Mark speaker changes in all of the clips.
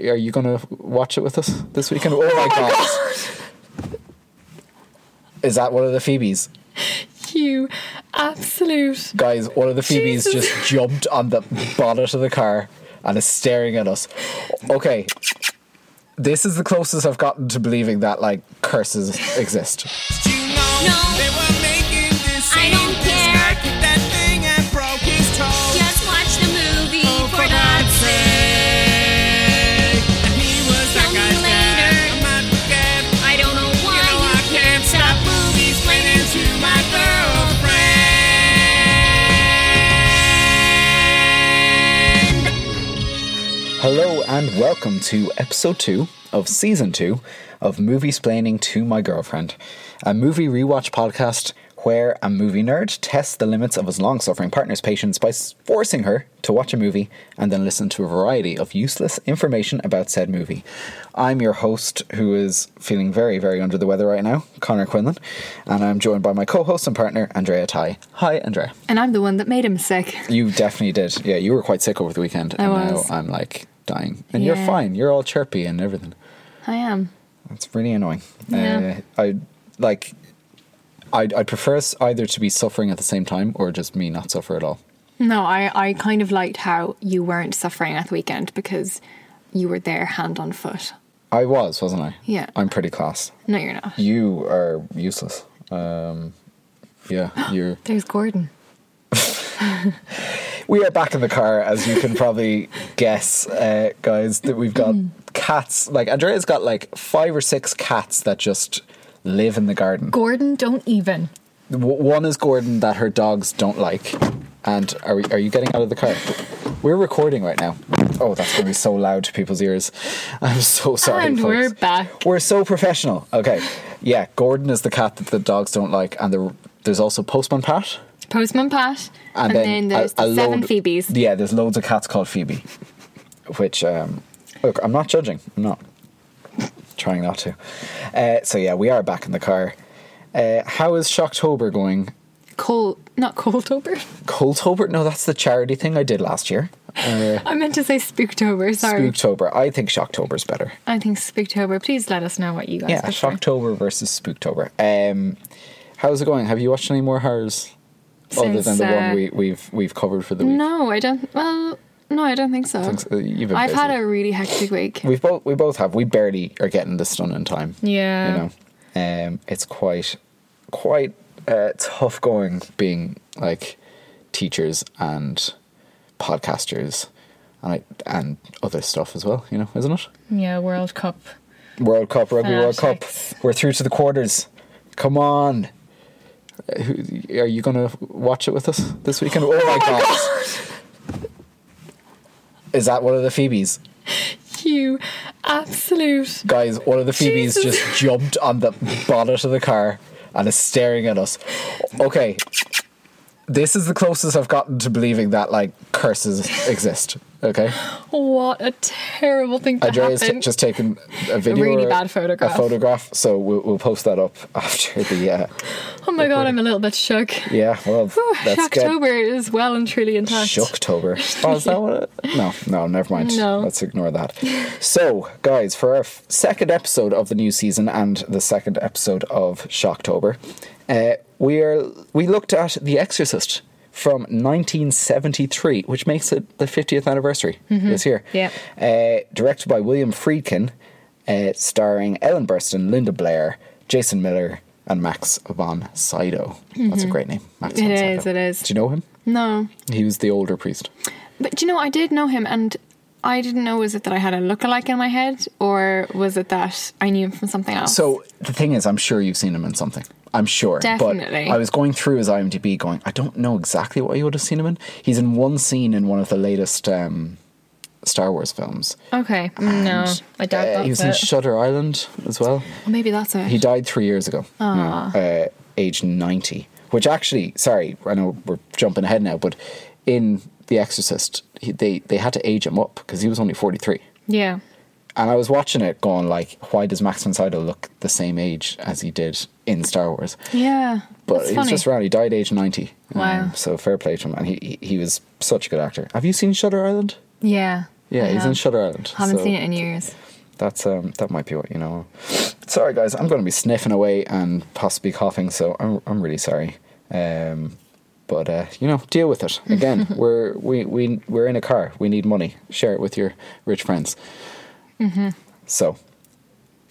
Speaker 1: are you gonna watch it with us this weekend? Oh, my god. Is that one of the Phoebes?
Speaker 2: You absolute.
Speaker 1: Guys, one of the Phoebes
Speaker 2: Jesus.
Speaker 1: just jumped on the bonnet of the car and is staring at us. Okay. This is the closest I've gotten to believing that like curses exist.
Speaker 3: Do you know
Speaker 4: No.
Speaker 3: they were making this
Speaker 4: I
Speaker 3: scene?
Speaker 4: don't
Speaker 3: This
Speaker 4: care.
Speaker 3: guy kicked that thing and broke his toe.
Speaker 4: Just watch the movie
Speaker 3: Oh,
Speaker 4: for God's sake.
Speaker 3: And he was that
Speaker 4: Tell me
Speaker 3: guy's dad.
Speaker 4: later.
Speaker 3: I'm not forget.
Speaker 4: I don't know why
Speaker 3: You know I
Speaker 4: you can't stop movies
Speaker 3: Ran
Speaker 4: playing
Speaker 3: into my girlfriend.
Speaker 1: Hello and welcome to episode two of season two of Movie Splaining to My Girlfriend, a movie rewatch podcast where a movie nerd tests the limits of his long suffering partner's patience by s- forcing her to watch a movie and then listen to a variety of useless information about said movie. I'm your host, who is feeling very, very under the weather right now, Connor Quinlan, and I'm joined by my co host and partner, Andrea Ty. Hi, Andrea.
Speaker 2: And I'm the one that made him sick.
Speaker 1: You definitely did. Yeah, you were quite sick over the weekend,
Speaker 2: I
Speaker 1: and
Speaker 2: was.
Speaker 1: now I'm like dying. And you're
Speaker 2: Yeah.
Speaker 1: fine. You're all chirpy and everything.
Speaker 2: I am.
Speaker 1: That's really annoying.
Speaker 2: Yeah.
Speaker 1: Uh, I like. I'd, I'd prefer us either to be suffering at the same time or just me not suffer at all.
Speaker 2: No, I, I kind of liked how you weren't suffering at the weekend because you were there hand on foot.
Speaker 1: I was, wasn't I?
Speaker 2: Yeah.
Speaker 1: I'm pretty class.
Speaker 2: No, you're not.
Speaker 1: You are useless. Um, yeah, you're.
Speaker 2: There's Gordon.
Speaker 1: We are back in the car, as you can probably guess, uh, guys, that we've got
Speaker 2: Mm.
Speaker 1: cats. Like, Andrea's got like five or six cats that just live in the garden.
Speaker 2: Gordon, don't even.
Speaker 1: W- One is Gordon that her dogs don't like. And are, we, are you getting out of the car? We're recording right now. Oh, that's going to be so loud to people's ears. I'm so sorry.
Speaker 2: And we're
Speaker 1: folks.
Speaker 2: back.
Speaker 1: We're so professional. Okay. Yeah, Gordon is the cat that the dogs don't like. And there, there's also Postman Pat.
Speaker 2: Postman Pat. And, then, there's
Speaker 1: a- a
Speaker 2: the seven
Speaker 1: load-
Speaker 2: Phoebes.
Speaker 1: Yeah, there's loads of cats called Phoebe. Which, um, look, I'm not judging. I'm not trying not to. Uh, so, yeah, we are back in the car. Uh, how is Shocktober going?
Speaker 2: Cold, not Coldtober.
Speaker 1: Coldtober? No, that's the charity thing I did last year. Uh,
Speaker 2: I meant to say Spooktober. Sorry.
Speaker 1: Spooktober. I think Shocktober's better.
Speaker 2: I think Spooktober. Please let us know what you guys
Speaker 1: yeah,
Speaker 2: prefer.
Speaker 1: Shocktober versus Spooktober. Um, how's it going? Have you watched any more horrors other than
Speaker 2: Since,
Speaker 1: the
Speaker 2: uh,
Speaker 1: one we, we've we've covered for the week?
Speaker 2: No, I don't. Well, no, I don't think so.
Speaker 1: Thanks, uh, you've been
Speaker 2: I've had
Speaker 1: busy.
Speaker 2: a really hectic week.
Speaker 1: We've both we both have. We barely are getting this done in time.
Speaker 2: Yeah.
Speaker 1: You know, um, it's quite quite uh, tough going being like teachers and podcasters and I, and other stuff as well. You know, isn't it?
Speaker 2: Yeah, World Cup.
Speaker 1: World Cup, Rugby World Cup.
Speaker 2: Fanatics.
Speaker 1: We're through to the quarters. Come on. Uh, who- Are you going to watch it with us this weekend? Oh, my god. Is that one of the Phoebes?
Speaker 2: You absolute.
Speaker 1: Guys, one of the Phoebes
Speaker 2: Jesus.
Speaker 1: just jumped on the bonnet of the car and is staring at us. Okay. This is the closest I've gotten to believing that like curses exist. Okay.
Speaker 2: What a terrible thing to
Speaker 1: Andrea's t-
Speaker 2: happen.
Speaker 1: just taken a video,
Speaker 2: really
Speaker 1: or a-
Speaker 2: bad photograph.
Speaker 1: a photograph. So we'll, we'll post that up after the uh,
Speaker 2: oh my god, I'm a little bit shook.
Speaker 1: Yeah, well,
Speaker 2: Whew,
Speaker 1: that's good.
Speaker 2: Shocktober is well and truly intact.
Speaker 1: Shocktober. Oh, is that what it? No, no, never mind.
Speaker 2: No.
Speaker 1: Let's ignore that. So, guys, for our f- second episode of the new season and the second episode of Shocktober, uh, we are we looked at The Exorcist from 1973, which makes it the 50th anniversary
Speaker 2: Mm-hmm.
Speaker 1: this year.
Speaker 2: Yep.
Speaker 1: Uh, directed by William Friedkin, uh, starring Ellen Burstyn, Linda Blair, Jason Miller, and Max von Sydow. That's a great name. Max
Speaker 2: Mm-hmm. It
Speaker 1: von
Speaker 2: is,
Speaker 1: Sydow.
Speaker 2: it is.
Speaker 1: Do you know him?
Speaker 2: No.
Speaker 1: He was the older priest.
Speaker 2: But do you know, I did know him and I didn't know was it that I had a lookalike in my head or was it that I knew him from something else?
Speaker 1: So the thing is, I'm sure you've seen him in something. I'm sure.
Speaker 2: Definitely.
Speaker 1: But I was going through his IMDb, going, I don't know exactly what you would have seen him in. He's in one scene in one of the latest um, Star Wars films.
Speaker 2: Okay. no.
Speaker 1: And,
Speaker 2: I doubt
Speaker 1: uh,
Speaker 2: that's
Speaker 1: He was in
Speaker 2: it.
Speaker 1: Shutter Island as well.
Speaker 2: Maybe that's it.
Speaker 1: He died three years ago,
Speaker 2: Ah.
Speaker 1: uh, aged 90. Which actually, sorry, I know we're jumping ahead now, but in The Exorcist, he, they, they had to age him up because he was only 43.
Speaker 2: yeah.
Speaker 1: And I was watching it going like, why does Max von Sydow look the same age as he did in Star Wars?
Speaker 2: Yeah.
Speaker 1: But
Speaker 2: that's
Speaker 1: he was
Speaker 2: funny.
Speaker 1: just around. He died age Um, 90.
Speaker 2: Wow.
Speaker 1: so fair play to him. And he, he, he was such a good actor. Have you seen Shutter Island?
Speaker 2: Yeah.
Speaker 1: Yeah,
Speaker 2: I
Speaker 1: he's in
Speaker 2: have.
Speaker 1: Shutter Island.
Speaker 2: Haven't
Speaker 1: so
Speaker 2: seen it in years.
Speaker 1: That's um, that might be what you know. Sorry, guys, I'm going to be sniffing away and possibly coughing, so I'm I'm really sorry. Um, but uh, you know, deal with it. Again, we're we we we're in a car. We need money. Share it with your rich friends.
Speaker 2: Mm-hmm.
Speaker 1: So,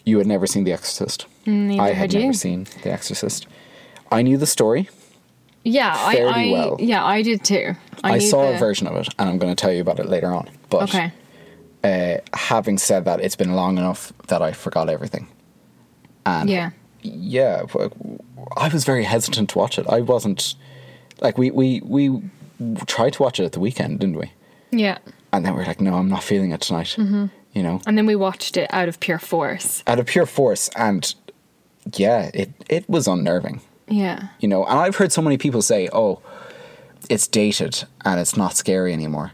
Speaker 1: you had never seen The Exorcist.
Speaker 2: Neither
Speaker 1: I
Speaker 2: had
Speaker 1: had
Speaker 2: you.
Speaker 1: never seen The Exorcist. I knew the story.
Speaker 2: Yeah, I,
Speaker 1: Fairly
Speaker 2: I
Speaker 1: well.
Speaker 2: yeah, I did too.
Speaker 1: I,
Speaker 2: knew
Speaker 1: saw
Speaker 2: the-
Speaker 1: a version of it, and I'm going to tell you about it later on. But
Speaker 2: Okay.
Speaker 1: uh, having said that, it's been long enough that I forgot everything. And
Speaker 2: Yeah.
Speaker 1: yeah, w- I was very hesitant to watch it. I wasn't like we we we tried to watch it at the weekend, didn't we?
Speaker 2: Yeah.
Speaker 1: And then we are like, no, I'm not feeling it tonight. You know,
Speaker 2: And then we watched it out of pure force.
Speaker 1: out of pure force, and yeah, it it was unnerving.
Speaker 2: Yeah.
Speaker 1: You know, and I've heard so many people say, oh, it's dated and it's not scary anymore.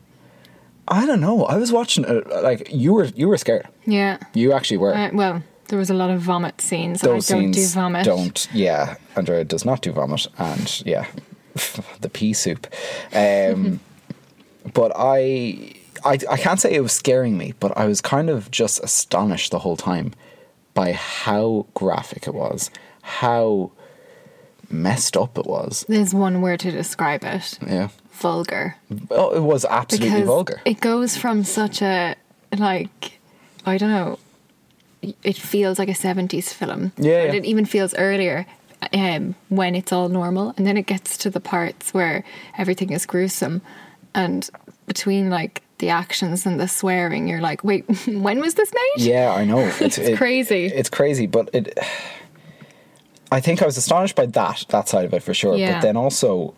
Speaker 1: I don't know. I was watching it like you were you were scared.
Speaker 2: Yeah.
Speaker 1: You actually were.
Speaker 2: Uh, well, there was a lot of vomit scenes. and
Speaker 1: those
Speaker 2: I don't
Speaker 1: scenes
Speaker 2: do vomit.
Speaker 1: don't- yeah andrea does not do vomit and yeah the pea soup um but I, I i can't say it was scaring me but i was kind of just astonished the whole time by how graphic it was how messed up it was
Speaker 2: There's one word to describe it.
Speaker 1: yeah
Speaker 2: Vulgar.
Speaker 1: oh it was absolutely
Speaker 2: Because
Speaker 1: vulgar
Speaker 2: it goes from such a like I don't know. It feels like a 70s film.
Speaker 1: Yeah,
Speaker 2: And
Speaker 1: yeah.
Speaker 2: it even feels earlier um, when it's all normal. And then it gets to the parts where everything is gruesome. And between like the actions and the swearing, you're like, wait, when was this made?
Speaker 1: Yeah, I know.
Speaker 2: It's crazy.
Speaker 1: It's crazy, but it. I think I was astonished by that that side of it for sure.
Speaker 2: Yeah.
Speaker 1: But then also,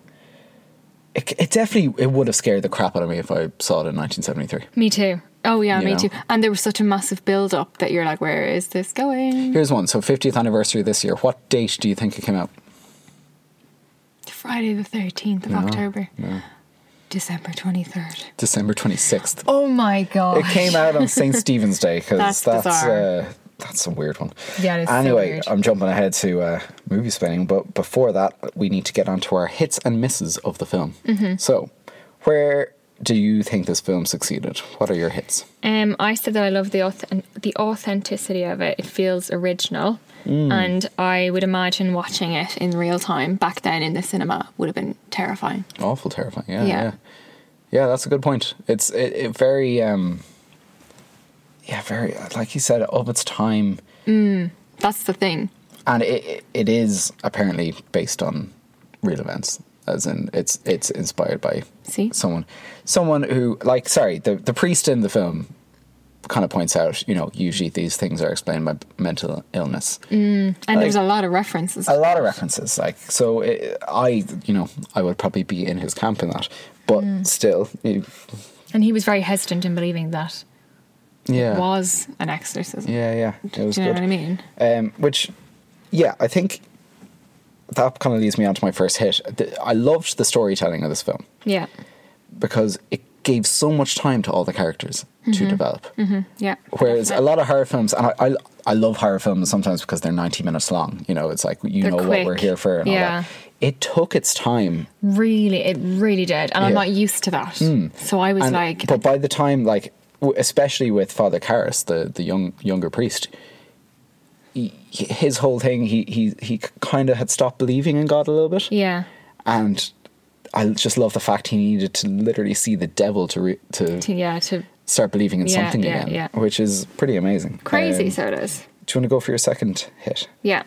Speaker 1: it, it definitely it would have scared the crap out of me if I saw it in 1973.
Speaker 2: Me too. Oh, yeah,
Speaker 1: You
Speaker 2: me
Speaker 1: know?
Speaker 2: too. And there was such a massive build up that you're like, where is this going?
Speaker 1: Here's one. So 50th anniversary this year. What date do you think it came out?
Speaker 2: Friday the 13th of October. December 23rd.
Speaker 1: December 26th.
Speaker 2: Oh my God.
Speaker 1: It came out on St. Stephen's Day because that's
Speaker 2: That's
Speaker 1: that's,
Speaker 2: bizarre.
Speaker 1: uh, that's a weird one.
Speaker 2: Yeah, it is so
Speaker 1: Anyway,
Speaker 2: weird.
Speaker 1: I'm jumping ahead to uh, movie spinning, but before that, we need to get onto our hits and misses of the film.
Speaker 2: Mm-hmm.
Speaker 1: So, where do you think this film succeeded? What are your hits?
Speaker 2: Um, I said that I love the auth- the authenticity of it. It feels original,
Speaker 1: Mm.
Speaker 2: and I would imagine watching it in real time back then in the cinema would have been terrifying.
Speaker 1: Awful, terrifying. Yeah, yeah,
Speaker 2: Yeah.
Speaker 1: yeah. that's a good point. It's it, it very um, yeah, very like you said of its time,
Speaker 2: That's the thing.
Speaker 1: and it it, it is apparently based on real events. As in, it's it's inspired by
Speaker 2: See,
Speaker 1: someone someone who like sorry the the priest in the film kind of points out you know usually these things are explained by mental illness
Speaker 2: Mm. and there's
Speaker 1: like-
Speaker 2: a lot of references.
Speaker 1: a lot of references like so it, i you know i would probably be in his camp in that but
Speaker 2: Mm.
Speaker 1: still you-
Speaker 2: and he was very hesitant in believing that
Speaker 1: yeah
Speaker 2: it was an exorcism.
Speaker 1: yeah yeah it was
Speaker 2: Do you know
Speaker 1: good
Speaker 2: what I mean?
Speaker 1: um which yeah i think that kind of leads me on to my first hit The- i loved the storytelling of this film
Speaker 2: Yeah,
Speaker 1: because it gave so much time to all the characters
Speaker 2: Mm-hmm.
Speaker 1: to develop
Speaker 2: yeah.
Speaker 1: Whereas a lot of horror films, and I, I, I love horror films sometimes because they're 90 minutes long. You know, it's like, you
Speaker 2: They're
Speaker 1: know what we're
Speaker 2: quick.
Speaker 1: here for and all
Speaker 2: Yeah.
Speaker 1: that. It took its time.
Speaker 2: Really, it really did, and I'm
Speaker 1: Yeah. Hmm.
Speaker 2: not used to that. So I was
Speaker 1: And,
Speaker 2: like,
Speaker 1: but by the time, like, w- especially with Father Karras, the, the young younger priest, he, his whole thing, he, he, he kind of had stopped believing in God a little bit.
Speaker 2: yeah,
Speaker 1: And I just love the fact he needed to literally see the devil to, re- to,
Speaker 2: to, yeah, to
Speaker 1: start believing in
Speaker 2: Yeah,
Speaker 1: something
Speaker 2: yeah,
Speaker 1: again,
Speaker 2: yeah.
Speaker 1: which is pretty amazing.
Speaker 2: crazy.
Speaker 1: Um,
Speaker 2: so it is.
Speaker 1: do you want to go for your second hit?
Speaker 2: Yeah.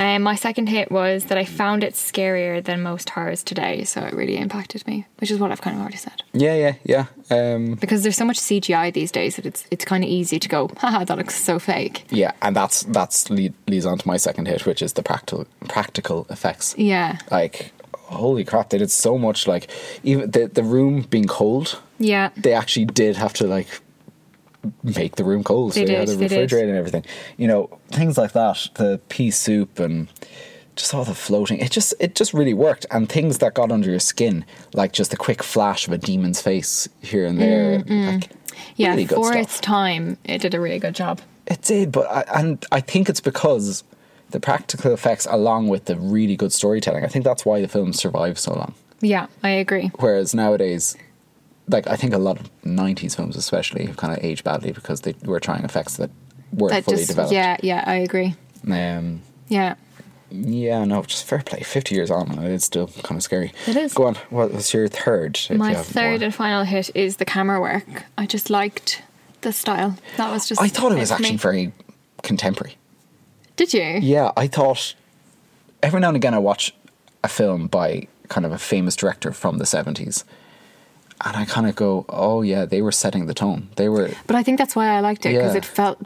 Speaker 2: Um, my second hit was that I found it scarier than most horrors today, so it really impacted me, which is what I've kind of already said.
Speaker 1: Yeah, yeah, yeah. Um,
Speaker 2: Because there's so much CGI these days that it's it's kind of easy to go, haha, that looks so fake.
Speaker 1: yeah, and that's that's lead, leads on to my second hit, which is the practical practical effects.
Speaker 2: Yeah,
Speaker 1: Like, holy crap, they did so much. Like, even the the room being cold,
Speaker 2: yeah,
Speaker 1: they actually did have to like make the room cold.
Speaker 2: They
Speaker 1: had
Speaker 2: did,
Speaker 1: a
Speaker 2: they did.
Speaker 1: refrigerator and everything. You know, things like that. The pea soup and just all the floating. It just it just really worked. And things that got under your skin, like just the quick flash of a demon's face here and there. Like,
Speaker 2: Mm-hmm. yeah.
Speaker 1: really good
Speaker 2: for
Speaker 1: stuff.
Speaker 2: its time, it did a really good job.
Speaker 1: It did, but I, and I think it's because the practical effects, along with the really good storytelling, I think that's why the film survived so long.
Speaker 2: Yeah, I agree.
Speaker 1: Whereas nowadays, like I think a lot of '90s films, especially, have kind of aged badly because they were trying effects that weren't
Speaker 2: That
Speaker 1: fully
Speaker 2: just
Speaker 1: developed.
Speaker 2: yeah, yeah, I agree.
Speaker 1: Um,
Speaker 2: Yeah.
Speaker 1: yeah, no, just fair play. Fifty years on, it's still kind of scary.
Speaker 2: It is.
Speaker 1: Go on. What was your third? if
Speaker 2: My
Speaker 1: you have
Speaker 2: third
Speaker 1: more?
Speaker 2: and final hit is the camera work. I just liked the style. That was just
Speaker 1: I thought it
Speaker 2: it
Speaker 1: was
Speaker 2: for me.
Speaker 1: actually very contemporary.
Speaker 2: Did you?
Speaker 1: Yeah, I thought every now and again I watch a film by kind of a famous director from the 70s. And I kind of go, oh yeah, they were setting the tone. They were
Speaker 2: But I think that's why I liked it because
Speaker 1: Yeah.
Speaker 2: it felt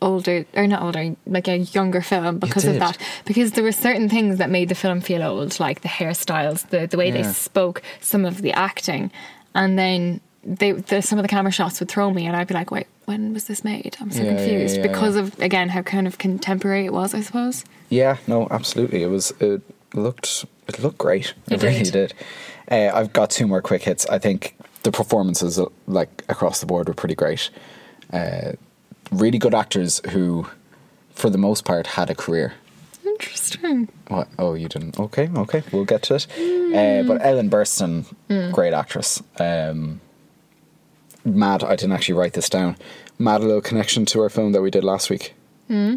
Speaker 2: older or not older, like a younger film because of
Speaker 1: did.
Speaker 2: that. Because there were certain things that made the film feel old, like the hairstyles, the the way they
Speaker 1: Yeah.
Speaker 2: spoke, some of the acting, and then they the, some of the camera shots would throw me, and I'd be like, wait, when was this made? I'm so
Speaker 1: Yeah, yeah,
Speaker 2: confused
Speaker 1: yeah,
Speaker 2: because of again how kind of contemporary it was, I suppose.
Speaker 1: Yeah, no, absolutely. It was. It looked. It looked great. It,
Speaker 2: It
Speaker 1: really
Speaker 2: did.
Speaker 1: did. Uh, I've got two more quick hits. I think the performances, uh, like across the board, were pretty great. Uh, really good actors who, for the most part, had a career.
Speaker 2: Interesting.
Speaker 1: What? Oh, you didn't. Okay, okay. We'll get to it. Uh, but Ellen Burstyn, great actress. Um, mad. I didn't actually write this down. Mad little connection to our film that we did last week.
Speaker 2: Hmm.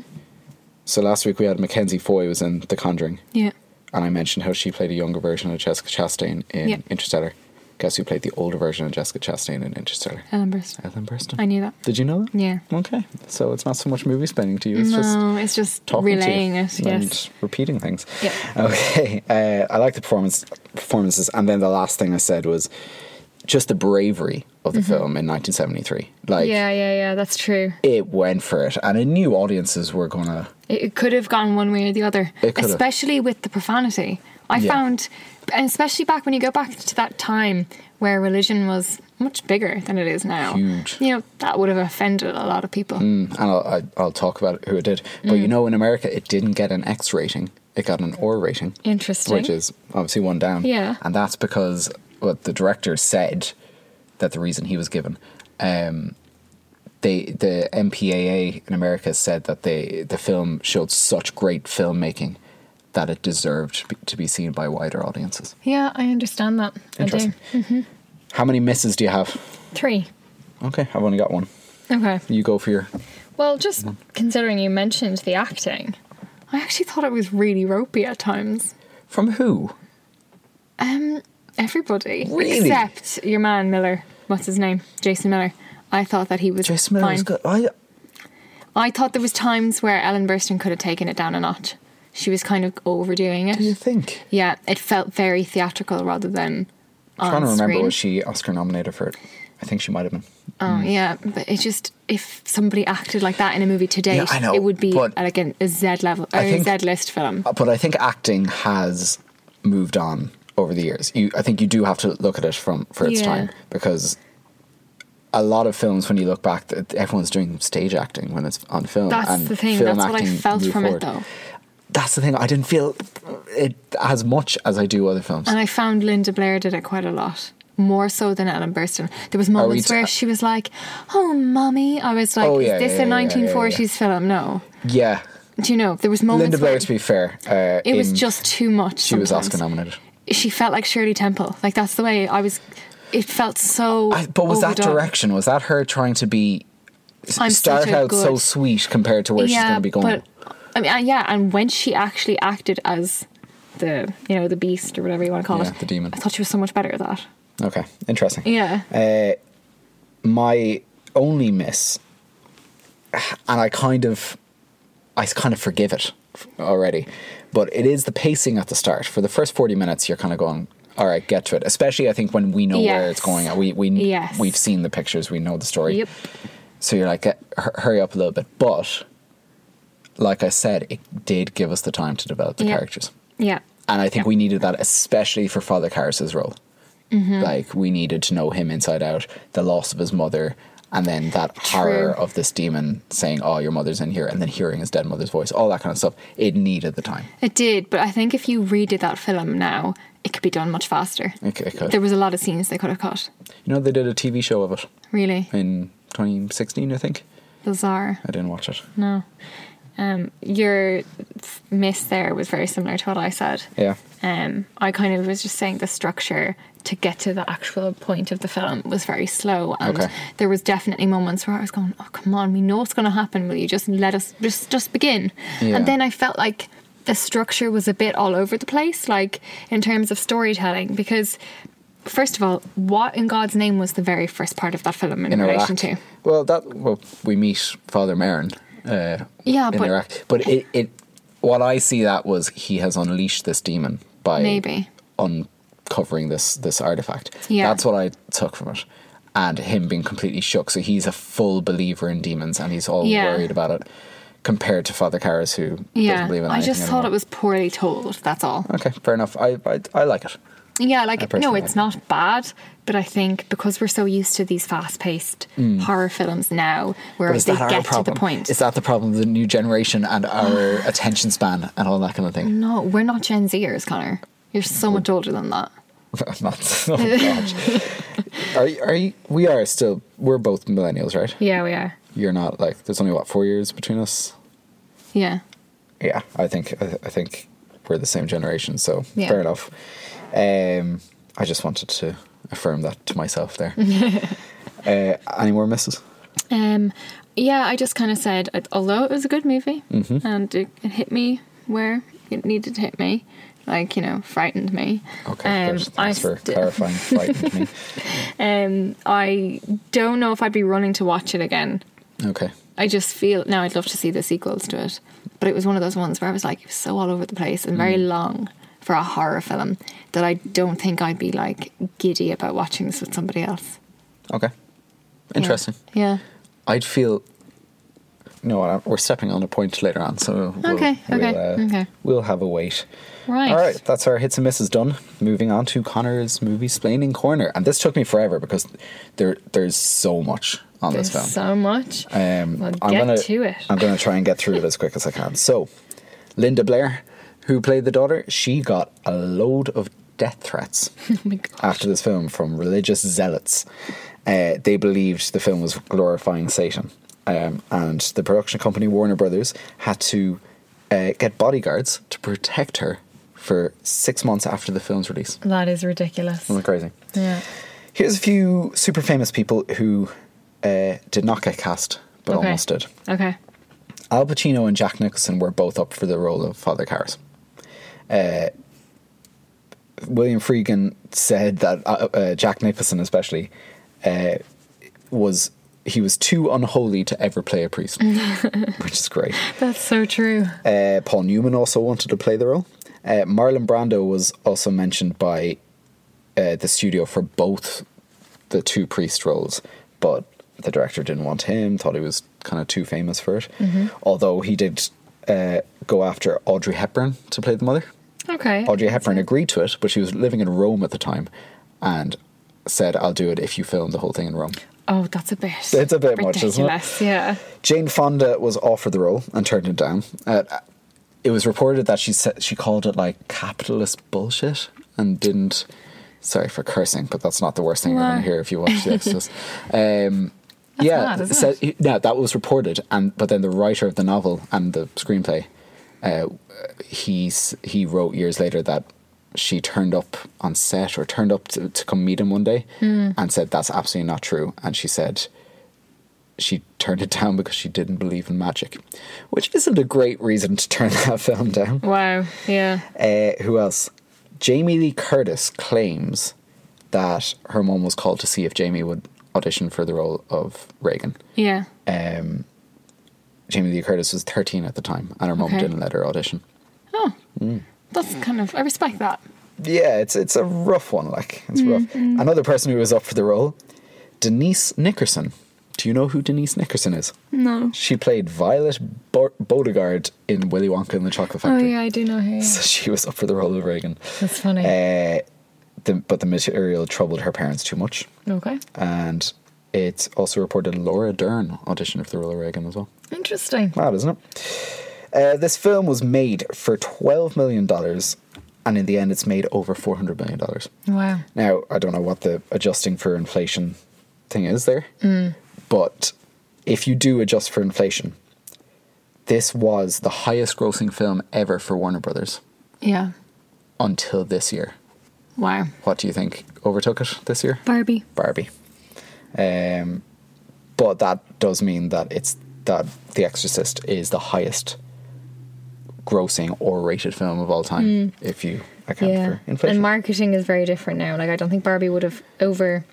Speaker 1: So last week we had Mackenzie Foy was in The Conjuring,
Speaker 2: Yeah.
Speaker 1: and I mentioned how she played a younger version of Jessica Chastain in
Speaker 2: Yeah.
Speaker 1: Interstellar. Guess who played the older version of Jessica Chastain in Interstellar?
Speaker 2: Ellen Burstyn.
Speaker 1: Ellen Burstyn.
Speaker 2: Uh, I knew that.
Speaker 1: Did you know that?
Speaker 2: Yeah.
Speaker 1: Okay. So it's not so much movie spending to you. It's just
Speaker 2: no, Oh, it's just
Speaker 1: talking
Speaker 2: relaying
Speaker 1: to you
Speaker 2: it.
Speaker 1: and
Speaker 2: Yes.
Speaker 1: repeating things.
Speaker 2: Yep.
Speaker 1: Okay, uh, I like the performance performances, and then the last thing I said was just the bravery of the film in 1973. Like
Speaker 2: Mm-hmm. yeah, yeah, yeah. That's true.
Speaker 1: it went for it, and it knew audiences were gonna.
Speaker 2: It, it could have gone one way or the other,
Speaker 1: It could have.
Speaker 2: especially with the profanity. I
Speaker 1: Yeah.
Speaker 2: found, and especially back when you go back to that time where religion was much bigger than it is now.
Speaker 1: Huge. Mm.
Speaker 2: You know that would have offended a lot of people.
Speaker 1: And I'll, I, I'll talk about who it did, but
Speaker 2: Mm.
Speaker 1: you know, in America, it didn't get an X rating; it got an R rating.
Speaker 2: Interesting.
Speaker 1: Which is obviously one down.
Speaker 2: Yeah.
Speaker 1: And that's because what the director said that the reason he was given. Um, they the MPAA in America said that they the film showed such great filmmaking that it deserved to be- to be seen by wider audiences.
Speaker 2: Yeah, I understand that.
Speaker 1: Interesting.
Speaker 2: I do. Mm-hmm.
Speaker 1: How many misses do you have?
Speaker 2: Three.
Speaker 1: Okay, I've only got one.
Speaker 2: Okay.
Speaker 1: You go for your.
Speaker 2: Well, just
Speaker 1: Mm-hmm.
Speaker 2: considering you mentioned the acting, I actually thought it was really ropey at times.
Speaker 1: From who?
Speaker 2: Um, everybody
Speaker 1: Really?
Speaker 2: except your man Miller. What's his name? Jason Miller. I thought that he was
Speaker 1: Jason Miller
Speaker 2: fine.
Speaker 1: was good. I,
Speaker 2: I thought there was times where Ellen Burstyn could have taken it down a notch. She was kind of overdoing
Speaker 1: do you
Speaker 2: it.
Speaker 1: think?
Speaker 2: Yeah, it felt very theatrical rather than on
Speaker 1: I'm trying to remember
Speaker 2: screen.
Speaker 1: was she Oscar nominated for it? I think she might have been.
Speaker 2: Oh,
Speaker 1: Mm.
Speaker 2: yeah, but it just if somebody acted like that in a movie today,
Speaker 1: Yeah, I know,
Speaker 2: it would be
Speaker 1: but-
Speaker 2: like an, a Z level or
Speaker 1: I
Speaker 2: a
Speaker 1: think-
Speaker 2: Z list film.
Speaker 1: but I think acting has moved on over the years. You, I think you do have to look at it from for its
Speaker 2: Yeah.
Speaker 1: time because a lot of films, when you look back, th- everyone's doing stage acting when it's on film.
Speaker 2: That's
Speaker 1: and
Speaker 2: the thing.
Speaker 1: film
Speaker 2: That's what I
Speaker 1: acting
Speaker 2: felt
Speaker 1: moved
Speaker 2: from
Speaker 1: forward.
Speaker 2: it though,
Speaker 1: That's the thing. I didn't feel it as much as I do other films.
Speaker 2: and I found Linda Blair did it quite a lot. More so than Ellen Burstyn. There was moments
Speaker 1: t-
Speaker 2: where she was like, "Oh, mommy," I was like,
Speaker 1: uh, Oh, yeah,
Speaker 2: "Is this
Speaker 1: yeah, yeah, yeah,
Speaker 2: a
Speaker 1: yeah, yeah.
Speaker 2: 1940s film?" No.
Speaker 1: yeah,
Speaker 2: Do you know? There was moments
Speaker 1: Linda
Speaker 2: where
Speaker 1: Blair. To be fair, uh,
Speaker 2: it was
Speaker 1: in-
Speaker 2: just too much.
Speaker 1: she was
Speaker 2: sometimes.
Speaker 1: Oscar nominated.
Speaker 2: she felt like Shirley Temple. Like that's the way I was. It felt so.
Speaker 1: I, but was that
Speaker 2: overdone.
Speaker 1: direction? Was that her trying to be
Speaker 2: I'm
Speaker 1: start
Speaker 2: such a
Speaker 1: out so
Speaker 2: good-
Speaker 1: sweet compared to where she's going to be going?
Speaker 2: But, I mean, uh, yeah, and when she actually acted as the you know the beast or whatever you want to call
Speaker 1: Yeah,
Speaker 2: it,
Speaker 1: the demon.
Speaker 2: I thought she was so much better at that.
Speaker 1: okay, interesting.
Speaker 2: Yeah,
Speaker 1: my only miss, and I kind of, I kind of forgive it already, but it is the pacing at the start. For the first forty minutes, you're kind of going, "All right, get to it." Especially, I think when we know where it's
Speaker 2: Yes.
Speaker 1: going, at. we we
Speaker 2: Yes.
Speaker 1: we've seen the pictures, we know the story.
Speaker 2: Yep.
Speaker 1: So you're like, "Get- hu- "Hurry up a little bit," but like I said, it did give us the time to develop the
Speaker 2: Yeah.
Speaker 1: characters.
Speaker 2: yeah,
Speaker 1: And I think we needed that, especially for Father Karras' role.
Speaker 2: Mm-hmm.
Speaker 1: Like, we needed to know him inside out, the loss of his mother, and then that horror of this demon saying, Oh, your mother's in here, and then hearing his dead mother's voice, all that kind of stuff. It needed the time.
Speaker 2: it did. But I think if you redid that film now, it could be done much faster.
Speaker 1: It, it could.
Speaker 2: There was a lot of scenes they could have cut.
Speaker 1: you know, they did a TV show of it
Speaker 2: Really
Speaker 1: in 2016, I think.
Speaker 2: bizarre.
Speaker 1: I didn't watch it.
Speaker 2: No. Um, your f- miss there was very similar to what I said.
Speaker 1: Yeah.
Speaker 2: Um, I kind of was just saying the structure to get to the actual point of the film was very slow, and
Speaker 1: Okay.
Speaker 2: there was definitely moments where I was going, "Oh come on, we know it's going to happen. Will you just let us just just begin?"
Speaker 1: Yeah.
Speaker 2: And then I felt like the structure was a bit all over the place, like in terms of storytelling, because. First of all, what in God's name was the very first part of that film in,
Speaker 1: In
Speaker 2: relation
Speaker 1: Iraq.
Speaker 2: to?
Speaker 1: Well, that well, we meet Father Marin. Uh,
Speaker 2: Yeah,
Speaker 1: in
Speaker 2: but-
Speaker 1: Iraq, but it, it what I see that was he has unleashed this demon by
Speaker 2: Maybe.
Speaker 1: uncovering this this artifact.
Speaker 2: Yeah.
Speaker 1: that's what I took from it, and him being completely shook. So he's a full believer in demons, and he's all
Speaker 2: Yeah.
Speaker 1: worried about it. Compared to Father Karras, who doesn't
Speaker 2: Yeah,
Speaker 1: believe in
Speaker 2: I
Speaker 1: anything
Speaker 2: just thought
Speaker 1: anymore.
Speaker 2: it was poorly told. That's all.
Speaker 1: okay. Fair enough. I I, I like it.
Speaker 2: Yeah, like no,
Speaker 1: personally like
Speaker 2: it's not bad, but I think because we're so used to these fast-paced horror films now, where
Speaker 1: Mm. But is
Speaker 2: they
Speaker 1: that our
Speaker 2: get to
Speaker 1: problem?
Speaker 2: the point.
Speaker 1: Is that the problem of the new generation and our attention span and all that kind of thing?
Speaker 2: no, we're not Gen Zers, Connor. You're
Speaker 1: Oh.
Speaker 2: so much older than that.
Speaker 1: Not, oh gosh. are you- are you, we are still we're both millennials, right?
Speaker 2: Yeah, we are.
Speaker 1: You're not like there's only what four years between us.
Speaker 2: Yeah,
Speaker 1: Yeah, I think I, I think we're the same generation, so
Speaker 2: Yeah.
Speaker 1: fair enough. Um, I just wanted to affirm that to myself there. uh, any more misses?
Speaker 2: um, yeah. I just kind of said, uh, although it was a good movie,
Speaker 1: Mm-hmm.
Speaker 2: and it, it hit me where it needed to hit me, like you know, frightened me.
Speaker 1: Okay,
Speaker 2: Um,
Speaker 1: good.
Speaker 2: I
Speaker 1: thanks for
Speaker 2: st-
Speaker 1: clarifying. frightened me.
Speaker 2: um, I don't know if I'd be running to watch it again.
Speaker 1: Okay.
Speaker 2: I just feel now I'd love to see the sequels to it. But it was one of those ones where I was like, it was so all over the place and
Speaker 1: Mm.
Speaker 2: very long for a horror film that I don't think I'd be like giddy about watching this with somebody else.
Speaker 1: Okay.
Speaker 2: Yeah.
Speaker 1: Interesting.
Speaker 2: Yeah.
Speaker 1: I'd feel. No, what, we're stepping on a point later on, so we'll,
Speaker 2: Okay, okay,
Speaker 1: we'll,
Speaker 2: okay.
Speaker 1: We'll have a wait.
Speaker 2: Right.
Speaker 1: All right, that's our hits and misses done. Moving on to Connor's movie splaining corner, and this took me forever because there there's so much on
Speaker 2: There's
Speaker 1: this film.
Speaker 2: so much.
Speaker 1: um,
Speaker 2: Well,
Speaker 1: I'm
Speaker 2: get
Speaker 1: gonna
Speaker 2: to it.
Speaker 1: I'm gonna try and get through it as quick as I can. So, Linda Blair, who played the daughter, she got a load of death threats
Speaker 2: Oh my God.
Speaker 1: after this film from religious zealots. Uh, they believed the film was glorifying Satan. Um, and the production company Warner Brothers had to uh, get bodyguards to protect her for six months after the film's release.
Speaker 2: That is ridiculous.
Speaker 1: Isn't that crazy?
Speaker 2: Yeah.
Speaker 1: Here's a few super famous people who uh, did not get cast, but
Speaker 2: Okay.
Speaker 1: almost did.
Speaker 2: Okay.
Speaker 1: Al Pacino and Jack Nicholson were both up for the role of Father Karras. Uh, William Freakin said that uh, uh, Jack Nicholson, especially, uh, was he was too unholy to ever play a priest, which is great.
Speaker 2: That's so true.
Speaker 1: Uh, Paul Newman also wanted to play the role. Uh, Marlon Brando was also mentioned by uh, the studio for both the two priest roles, but the director didn't want him, thought he was kind of too famous for it. Although he did uh, go after Audrey Hepburn to play the mother.
Speaker 2: Okay.
Speaker 1: Audrey Hepburn agreed to it, but she was living in Rome at the time and said, I'll do it if you film the whole thing in Rome.
Speaker 2: Oh, that's a bit.
Speaker 1: It's a bit much, isn't it?
Speaker 2: ridiculous. Yeah.
Speaker 1: Jane Fonda was offered the role and turned it down. Uh, it was reported that she said she called it like capitalist bullshit and didn't. Sorry for cursing, but that's not the worst thing you're going
Speaker 2: Wow.
Speaker 1: to hear if you watch The Exorcist. Um, yeah,
Speaker 2: mad, isn't
Speaker 1: said- no, that was reported, and but then the writer of the novel and the screenplay, uh, he's he wrote years later that she turned up on set or turned up to, to come meet him one day
Speaker 2: Hmm.
Speaker 1: and said that's absolutely not true, and she said she turned it down because she didn't believe in magic, which isn't a great reason to turn that film down.
Speaker 2: Wow. Yeah.
Speaker 1: Uh, who else? Jamie Lee Curtis claims that her mom was called to see if Jamie would audition for the role of Reagan.
Speaker 2: Yeah.
Speaker 1: Um, Jamie Lee Curtis was 13 at the time, and her mom
Speaker 2: Okay.
Speaker 1: didn't let her audition.
Speaker 2: Oh. That's kind of. I respect that.
Speaker 1: Yeah, it's it's a rough one. Like it's rough.
Speaker 2: Mm-hmm.
Speaker 1: Another person who was up for the role, Denise Nickerson. Do you know who Denise Nickerson is?
Speaker 2: No.
Speaker 1: She played Violet Bo- Beaudegard in Willy Wonka and the Chocolate
Speaker 2: Oh
Speaker 1: Factory.
Speaker 2: yeah, I do know who. you are. Eh.
Speaker 1: So she was up for the role of Reagan.
Speaker 2: That's funny.
Speaker 1: Uh, the, but the material troubled her parents too much.
Speaker 2: Okay.
Speaker 1: And it's also reported Laura Dern auditioned for the role of Reagan as well.
Speaker 2: Interesting.
Speaker 1: Mad, isn't it? Uh, this film was made for $12 million, and in the end, it's made over $400 million.
Speaker 2: Wow.
Speaker 1: Now, I don't know what the adjusting for inflation thing is there, but if you do adjust for inflation, this was the highest grossing film ever for Warner Brothers
Speaker 2: Yeah.
Speaker 1: until this year.
Speaker 2: Wow.
Speaker 1: What do you think overtook it this year?
Speaker 2: Barbie.
Speaker 1: Barbie. Um, but that does mean that it's that The Exorcist is the highest grossing or rated film of all time if you account
Speaker 2: Hmm. Yeah.
Speaker 1: for inflation.
Speaker 2: And marketing is very different now. Like I don't think Barbie would have over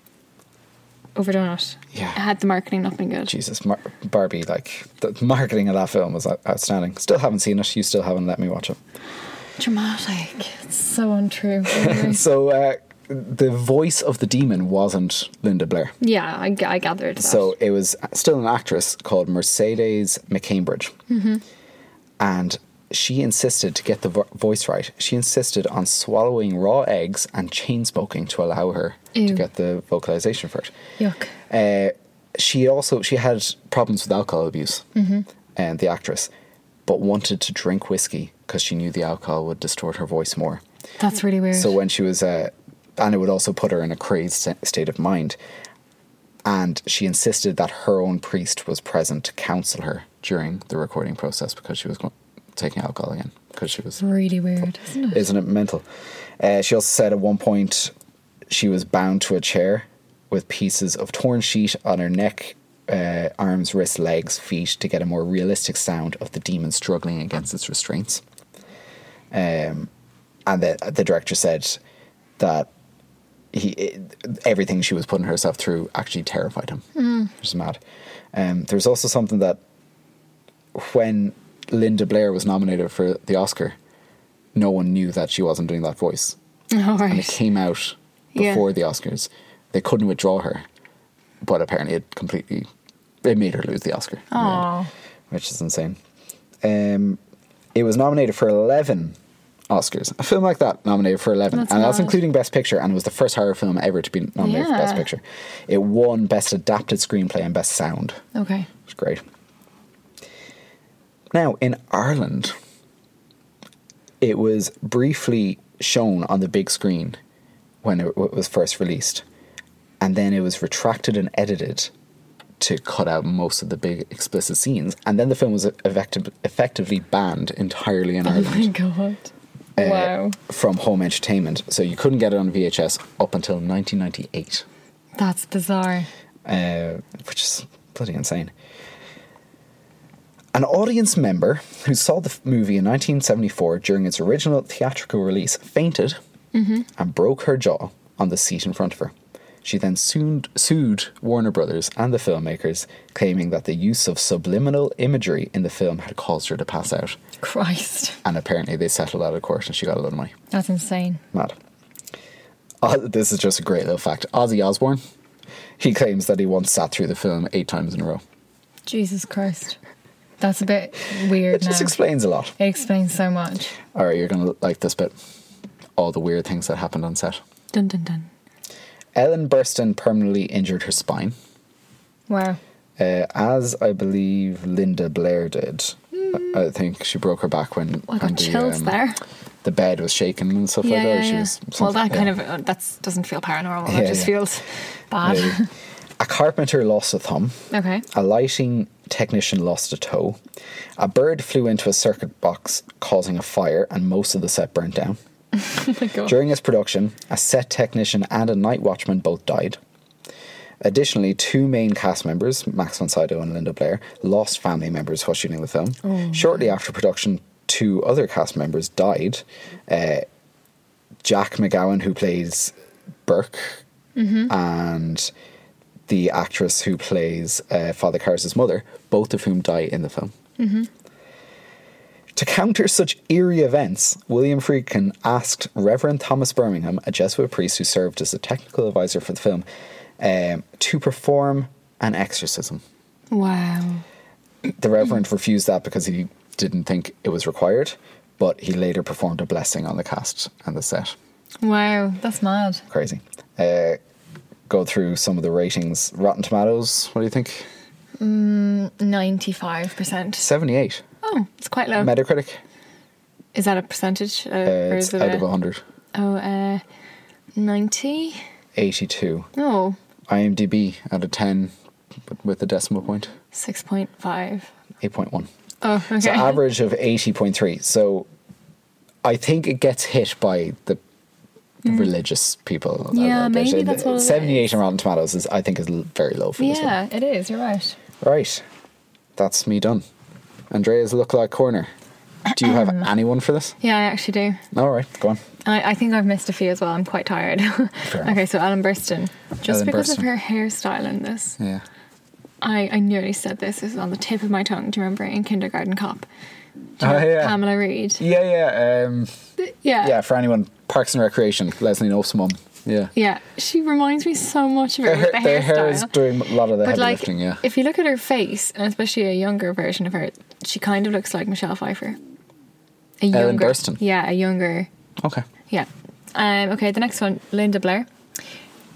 Speaker 2: overdone it.
Speaker 1: Yeah.
Speaker 2: Had the marketing not been good.
Speaker 1: Jesus, Mar- Barbie, like the marketing of that film was out- outstanding. Still haven't seen it. You still haven't let me watch it.
Speaker 2: Dramatic. It's so untrue.
Speaker 1: So uh, the voice of the demon wasn't Linda Blair.
Speaker 2: yeah, I, g- I gathered that.
Speaker 1: So it was still an actress called Mercedes McCambridge. And she insisted to get the vo- voice right. She insisted on swallowing raw eggs and chain smoking to allow her to
Speaker 2: Ew.
Speaker 1: get the vocalization for it.
Speaker 2: Yuck.
Speaker 1: Uh, she also she had problems with alcohol abuse, and the actress, but wanted to drink whiskey because she knew the alcohol would distort her voice more.
Speaker 2: That's really weird.
Speaker 1: So when she was, uh, and it would also put her in a crazed st- state of mind. And she insisted that her own priest was present to counsel her during the recording process because she was go- taking alcohol again because she was
Speaker 2: really weird, isn't it?
Speaker 1: isn't it mental? Uh, she also said at one point she was bound to a chair with pieces of torn sheet on her neck, uh, arms, wrists, legs, feet to get a more realistic sound of the demon struggling against its restraints. Um, and the, the director said that he it, everything she was putting herself through actually terrified him, which is mad. Um, there was also something that when Linda Blair was nominated for the Oscar, no one knew that she wasn't doing that voice.
Speaker 2: All
Speaker 1: And it
Speaker 2: right.
Speaker 1: came out
Speaker 2: Yeah.
Speaker 1: before the Oscars. They couldn't withdraw her, but apparently it completely it made her lose the Oscar, in the end,
Speaker 2: Aw.
Speaker 1: which is insane. Um, it was nominated for eleven Oscars. A film like that nominated for eleven,
Speaker 2: That's
Speaker 1: and that's
Speaker 2: mad.
Speaker 1: including Best Picture, and it was the first horror film ever to be nominated for Best
Speaker 2: Yeah.
Speaker 1: Picture. It won Best Adapted Screenplay and Best Sound.
Speaker 2: Okay.
Speaker 1: It's great. Now, in Ireland, it was briefly shown on the big screen when it w- was first released, and then it was retracted and edited to cut out most of the big explicit scenes, and then the film was effective, effectively banned entirely in
Speaker 2: Oh my
Speaker 1: Ireland
Speaker 2: god.
Speaker 1: uh,
Speaker 2: wow.
Speaker 1: from home entertainment. So you couldn't get it on VHS up until 1998
Speaker 2: That's bizarre.
Speaker 1: uh, which is bloody insane. An audience member who saw the f- movie in 1974 during its original theatrical release fainted and broke her jaw on the seat in front of her. She then sued, sued Warner Brothers and the filmmakers, claiming that the use of subliminal imagery in the film had caused her to pass out.
Speaker 2: Christ.
Speaker 1: And apparently, they settled out of court and she got a lot of money.
Speaker 2: That's insane.
Speaker 1: Mad. Uh, this is just a great little fact. Ozzy Osbourne, he claims that he once sat through the film eight times in a row.
Speaker 2: Jesus Christ. That's a bit weird
Speaker 1: It just
Speaker 2: now.
Speaker 1: explains a lot.
Speaker 2: it explains so much.
Speaker 1: All right, you're going to like this bit. All the weird things that happened on set.
Speaker 2: Dun dun dun.
Speaker 1: Ellen Burstyn permanently injured her spine,
Speaker 2: Wow.
Speaker 1: uh, as I believe Linda Blair did. I I think she broke her back when
Speaker 2: I got
Speaker 1: when the,
Speaker 2: Hmm. chills
Speaker 1: um,
Speaker 2: there.
Speaker 1: the bed was shaking and stuff like that. or She was
Speaker 2: well, that
Speaker 1: something-
Speaker 2: kind
Speaker 1: yeah.
Speaker 2: of uh, that's doesn't feel paranormal.
Speaker 1: Yeah,
Speaker 2: that just
Speaker 1: yeah.
Speaker 2: feels bad.
Speaker 1: Maybe. a carpenter lost a thumb.
Speaker 2: okay.
Speaker 1: A lighting technician lost a toe. A bird flew into a circuit box, causing a fire, and most of the set burnt down.
Speaker 2: Oh my god.
Speaker 1: During its production, a set technician and a night watchman both died. Additionally, two main cast members, Max von Sydow and Linda Blair, lost family members while shooting the film. Shortly after production, two other cast members died. Uh, Jack McGowan, who plays Burke, and the actress who plays uh, Father Karras' mother, both of whom die in the film. To counter such eerie events, William Friedkin asked Reverend Thomas Birmingham, a Jesuit priest who served as the technical advisor for the film, um, to perform an exorcism.
Speaker 2: wow.
Speaker 1: The
Speaker 2: Hmm.
Speaker 1: Reverend refused that because he didn't think it was required, but he later performed a blessing on the cast and the set.
Speaker 2: Wow. That's mad.
Speaker 1: Crazy. Uh, go through some of the ratings. Rotten Tomatoes, what do you think?
Speaker 2: Ninety-five percent.
Speaker 1: 78.
Speaker 2: Oh, it's quite low.
Speaker 1: Metacritic?
Speaker 2: is that a percentage uh,
Speaker 1: Uh,
Speaker 2: or
Speaker 1: it's
Speaker 2: is it
Speaker 1: out
Speaker 2: a,
Speaker 1: of 100.
Speaker 2: oh uh, ninety? Oh,
Speaker 1: 82.
Speaker 2: No,
Speaker 1: IMDb out of 10 but with a decimal point.
Speaker 2: six point five.
Speaker 1: 8.1.
Speaker 2: Oh,
Speaker 1: So
Speaker 2: okay.
Speaker 1: average of 80.3. So I think it gets hit by the, the religious people. a
Speaker 2: Mm. Yeah,
Speaker 1: little bit.
Speaker 2: maybe
Speaker 1: And
Speaker 2: that's what it
Speaker 1: 78
Speaker 2: is.
Speaker 1: on Rotten Tomatoes is I think is l- very low for this one.
Speaker 2: Yeah, it is. You're right.
Speaker 1: Right. That's me done. Andrea's lookalike corner. Do you have anyone for this?
Speaker 2: Yeah, I actually do.
Speaker 1: All right, go on.
Speaker 2: I, I think I've missed a few as well. I'm quite tired.
Speaker 1: enough.
Speaker 2: okay, so Ellen Burstyn. Just
Speaker 1: Ellen
Speaker 2: because
Speaker 1: Burstyn.
Speaker 2: of her hairstyle in this,
Speaker 1: Yeah.
Speaker 2: I, I nearly said this. This is on the tip of my tongue. Do you remember in Kindergarten Cop? Do you
Speaker 1: Oh,
Speaker 2: remember
Speaker 1: yeah.
Speaker 2: Pamela Reed.
Speaker 1: Yeah, yeah. Um,
Speaker 2: Yeah.
Speaker 1: yeah, for anyone, Parks and Recreation, Leslie Knope's mum. Yeah.
Speaker 2: Yeah, She reminds me so much of her.
Speaker 1: Their,
Speaker 2: with
Speaker 1: hair,
Speaker 2: the
Speaker 1: their
Speaker 2: hairstyle.
Speaker 1: hair is doing a lot of the
Speaker 2: but
Speaker 1: heavy
Speaker 2: like,
Speaker 1: lifting, yeah.
Speaker 2: if you look at her face, and especially a younger version of her, she kind of looks like Michelle Pfeiffer. A younger,
Speaker 1: Ellen Burstyn.
Speaker 2: Yeah, a younger
Speaker 1: Okay.
Speaker 2: Yeah. Um, okay, the next one, Linda Blair.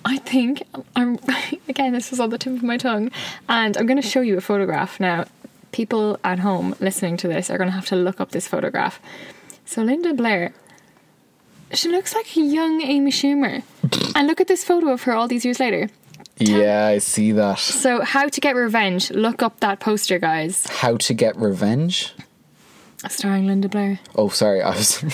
Speaker 2: I think I'm again. This is on the tip of my tongue, and I'm going to show you a photograph now. People at home listening to this are going to have to look up this photograph. So Linda Blair, she looks like a young Amy Schumer, and look at this photo of her all these years later.
Speaker 1: Yeah, I see that.
Speaker 2: So, how to get revenge? Look up that poster, guys.
Speaker 1: How to Get Revenge.
Speaker 2: Starring Linda Blair.
Speaker 1: Oh, sorry. I was.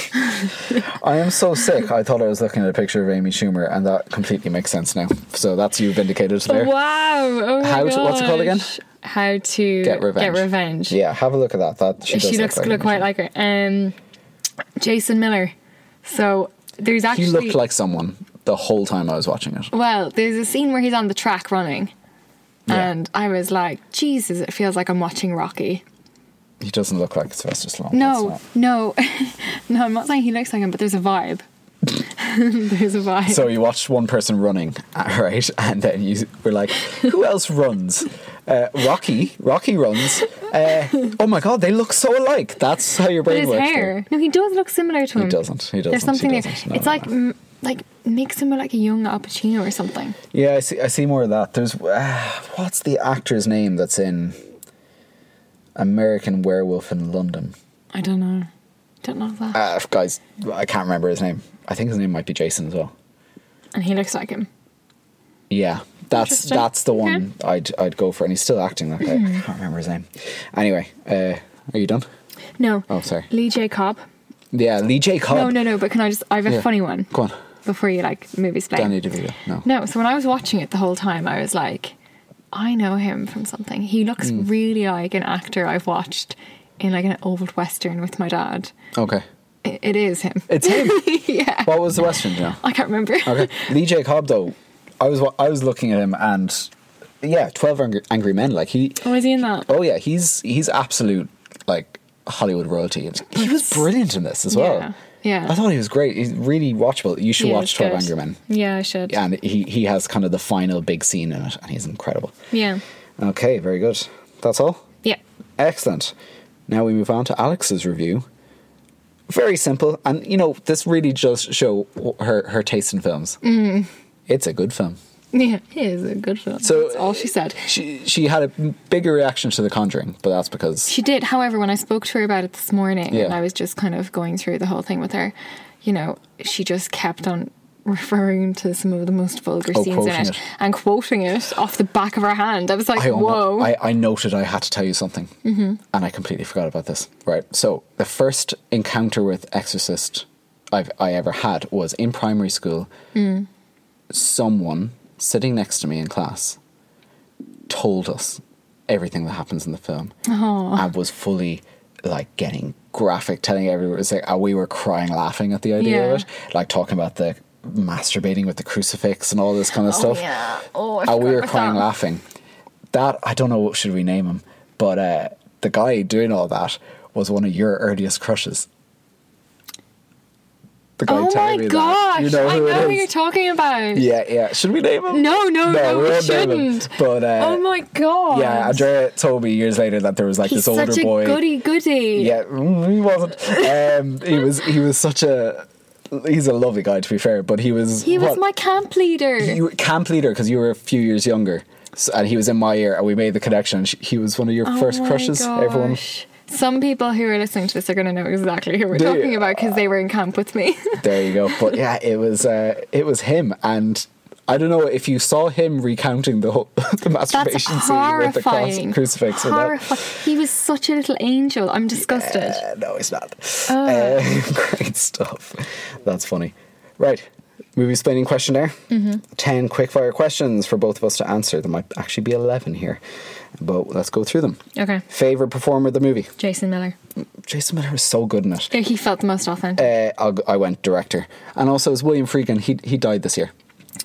Speaker 1: I am so sick. I thought I was looking at a picture of Amy Schumer, and that completely makes sense now. So that's you vindicated there.
Speaker 2: Wow! Oh my
Speaker 1: How to- what's it called again?
Speaker 2: gosh. How to
Speaker 1: Get revenge.
Speaker 2: Get revenge.
Speaker 1: Yeah, have a look at that. That she, does
Speaker 2: she
Speaker 1: look
Speaker 2: looks
Speaker 1: like
Speaker 2: look
Speaker 1: Amy
Speaker 2: quite
Speaker 1: Schumer.
Speaker 2: like her. Um, Jason Miller. So there's actually
Speaker 1: He looked like someone the whole time I was watching it.
Speaker 2: well, there's a scene where he's on the track running,
Speaker 1: Yeah.
Speaker 2: and I was like, Jesus, it feels like I'm watching Rocky.
Speaker 1: He doesn't look like Sylvester Stallone.
Speaker 2: No,
Speaker 1: that's not-
Speaker 2: no, no. I'm not saying he looks like him, but there's a vibe. there's a vibe.
Speaker 1: So you watched one person running, uh, right? And then you were like, "Who else runs?" Uh, Rocky. Rocky runs. Uh, oh my god, they look so alike. That's how your
Speaker 2: but
Speaker 1: brain
Speaker 2: his
Speaker 1: works.
Speaker 2: hair. No, he does look similar to
Speaker 1: though.
Speaker 2: him.
Speaker 1: He doesn't. He doesn't.
Speaker 2: There's something
Speaker 1: he
Speaker 2: there.
Speaker 1: doesn't. No,
Speaker 2: it's
Speaker 1: no,
Speaker 2: like
Speaker 1: no.
Speaker 2: m like makes him look like a young Al Pacino or something.
Speaker 1: Yeah, I see. I see more of that. There's uh, what's the actor's name that's in American Werewolf in London?
Speaker 2: I don't know. Don't know that.
Speaker 1: Uh, guys, I can't remember his name. I think his name might be Jason as well.
Speaker 2: and he looks like him.
Speaker 1: Yeah, that's
Speaker 2: Interesting. Hmm.
Speaker 1: that's the one I'd I'd go for, and he's still acting. That guy. I can't remember his name. Anyway, uh, are you done?
Speaker 2: No.
Speaker 1: Oh, sorry.
Speaker 2: Lee J. Cobb.
Speaker 1: Yeah, Lee J. Cobb.
Speaker 2: No, no, no. But can I just? I have a
Speaker 1: Yeah.
Speaker 2: funny one
Speaker 1: Go on,
Speaker 2: before you like movie play.
Speaker 1: Danny DeVito. No.
Speaker 2: No. So when I was watching it the whole time, I was like, I know him from something. He looks
Speaker 1: Mm.
Speaker 2: really like an actor I've watched in like an old western with my dad.
Speaker 1: Okay,
Speaker 2: I- it is him.
Speaker 1: it's him.
Speaker 2: yeah.
Speaker 1: what was the Western? You know?
Speaker 2: I can't remember.
Speaker 1: Okay, Lee J. Cobb though, I was wa- I was looking at him and yeah, Twelve Angry, Angry Men. Like he,
Speaker 2: Oh, is he in that?
Speaker 1: oh yeah, he's he's absolute like Hollywood royalty. And he was brilliant in this as well.
Speaker 2: Yeah, yeah.
Speaker 1: I thought he was great. He's really watchable. You should
Speaker 2: Yeah,
Speaker 1: watch
Speaker 2: it's
Speaker 1: Twelve
Speaker 2: good.
Speaker 1: Angry Men.
Speaker 2: Yeah, I should.
Speaker 1: And he he has kind of the final big scene in it, and he's incredible.
Speaker 2: Yeah.
Speaker 1: Okay, very good. That's all.
Speaker 2: Yeah.
Speaker 1: Excellent. Now we move on to Alex's review. Very simple, and you know this really does show her her taste in films. Mm.
Speaker 2: Mm-hmm.
Speaker 1: It's a good film.
Speaker 2: Yeah, he is a good film.
Speaker 1: So- uh,
Speaker 2: That's all she said.
Speaker 1: She she had a bigger reaction to The Conjuring, but that's because
Speaker 2: She did, however, when I spoke to her about it this morning,
Speaker 1: Yeah.
Speaker 2: and I was just kind of going through the whole thing with her, you know, she just kept on referring to some of the most vulgar
Speaker 1: Oh,
Speaker 2: scenes in
Speaker 1: quoting
Speaker 2: it,
Speaker 1: it.
Speaker 2: and quoting it off the back of her hand. I was like,
Speaker 1: I, almo-
Speaker 2: whoa. Mm-hmm.
Speaker 1: I, I noted I had to tell you something, and I completely forgot about this. Right. So the first encounter with Exorcist I've I ever had was in primary school.
Speaker 2: Mm.
Speaker 1: Someone sitting next to me in class told us everything that happens in the film, and was fully like getting graphic, telling everyone. It was like, and we were crying, laughing at the idea
Speaker 2: Yeah.
Speaker 1: of it, like talking about the masturbating with the crucifix and all this kind of stuff
Speaker 2: yeah. Oh, I
Speaker 1: and we
Speaker 2: forgot
Speaker 1: were
Speaker 2: about
Speaker 1: crying
Speaker 2: that.
Speaker 1: laughing. That I don't know what should we name him, but uh, the guy doing all that was one of your earliest crushes. The guy
Speaker 2: Oh
Speaker 1: telling
Speaker 2: my
Speaker 1: me that.
Speaker 2: gosh.
Speaker 1: you know
Speaker 2: I
Speaker 1: who
Speaker 2: know
Speaker 1: it
Speaker 2: who
Speaker 1: is.
Speaker 2: you're talking about.
Speaker 1: yeah, yeah. Should we name him?
Speaker 2: No, no, no,
Speaker 1: we
Speaker 2: we
Speaker 1: won't name him.
Speaker 2: shouldn't.
Speaker 1: But uh,
Speaker 2: oh my god.
Speaker 1: yeah, Andrea told me years later that there was like
Speaker 2: He's
Speaker 1: this older
Speaker 2: such a
Speaker 1: boy.
Speaker 2: goody goody.
Speaker 1: Yeah, mm, he wasn't. Um, he was. He was such a. He's a lovely guy, to be fair, but he was.
Speaker 2: He was
Speaker 1: what?
Speaker 2: my camp leader.
Speaker 1: you were camp leader because you were a few years younger, so, and he was in my year, and we made the connection. She, he was one of your
Speaker 2: Oh
Speaker 1: first
Speaker 2: my
Speaker 1: crushes. Everyone,
Speaker 2: gosh. Some people who are listening to this are going to know exactly who we're
Speaker 1: Do you?
Speaker 2: talking about because they were in camp with me.
Speaker 1: there you go. But yeah, it was uh, it was him, and I don't know if you saw him recounting the whole, the
Speaker 2: That's
Speaker 1: masturbation scene with the cross
Speaker 2: horrifying.
Speaker 1: and crucifix. and that.
Speaker 2: Horrifi- He was such a little angel. I'm disgusted.
Speaker 1: Uh, no, it's not. Uh, great stuff. That's funny. Right. Movie explaining questionnaire.
Speaker 2: Mm-hmm.
Speaker 1: 10 quickfire questions for both of us to answer. There might actually be 11 here, but let's go through them.
Speaker 2: Okay.
Speaker 1: Favorite performer of the movie?
Speaker 2: Jason Miller.
Speaker 1: Jason Miller is so good in it.
Speaker 2: Yeah, he felt the most authentic.
Speaker 1: Uh, I'll, go- I went director. And also, it's William Friedkin. He, he died this year.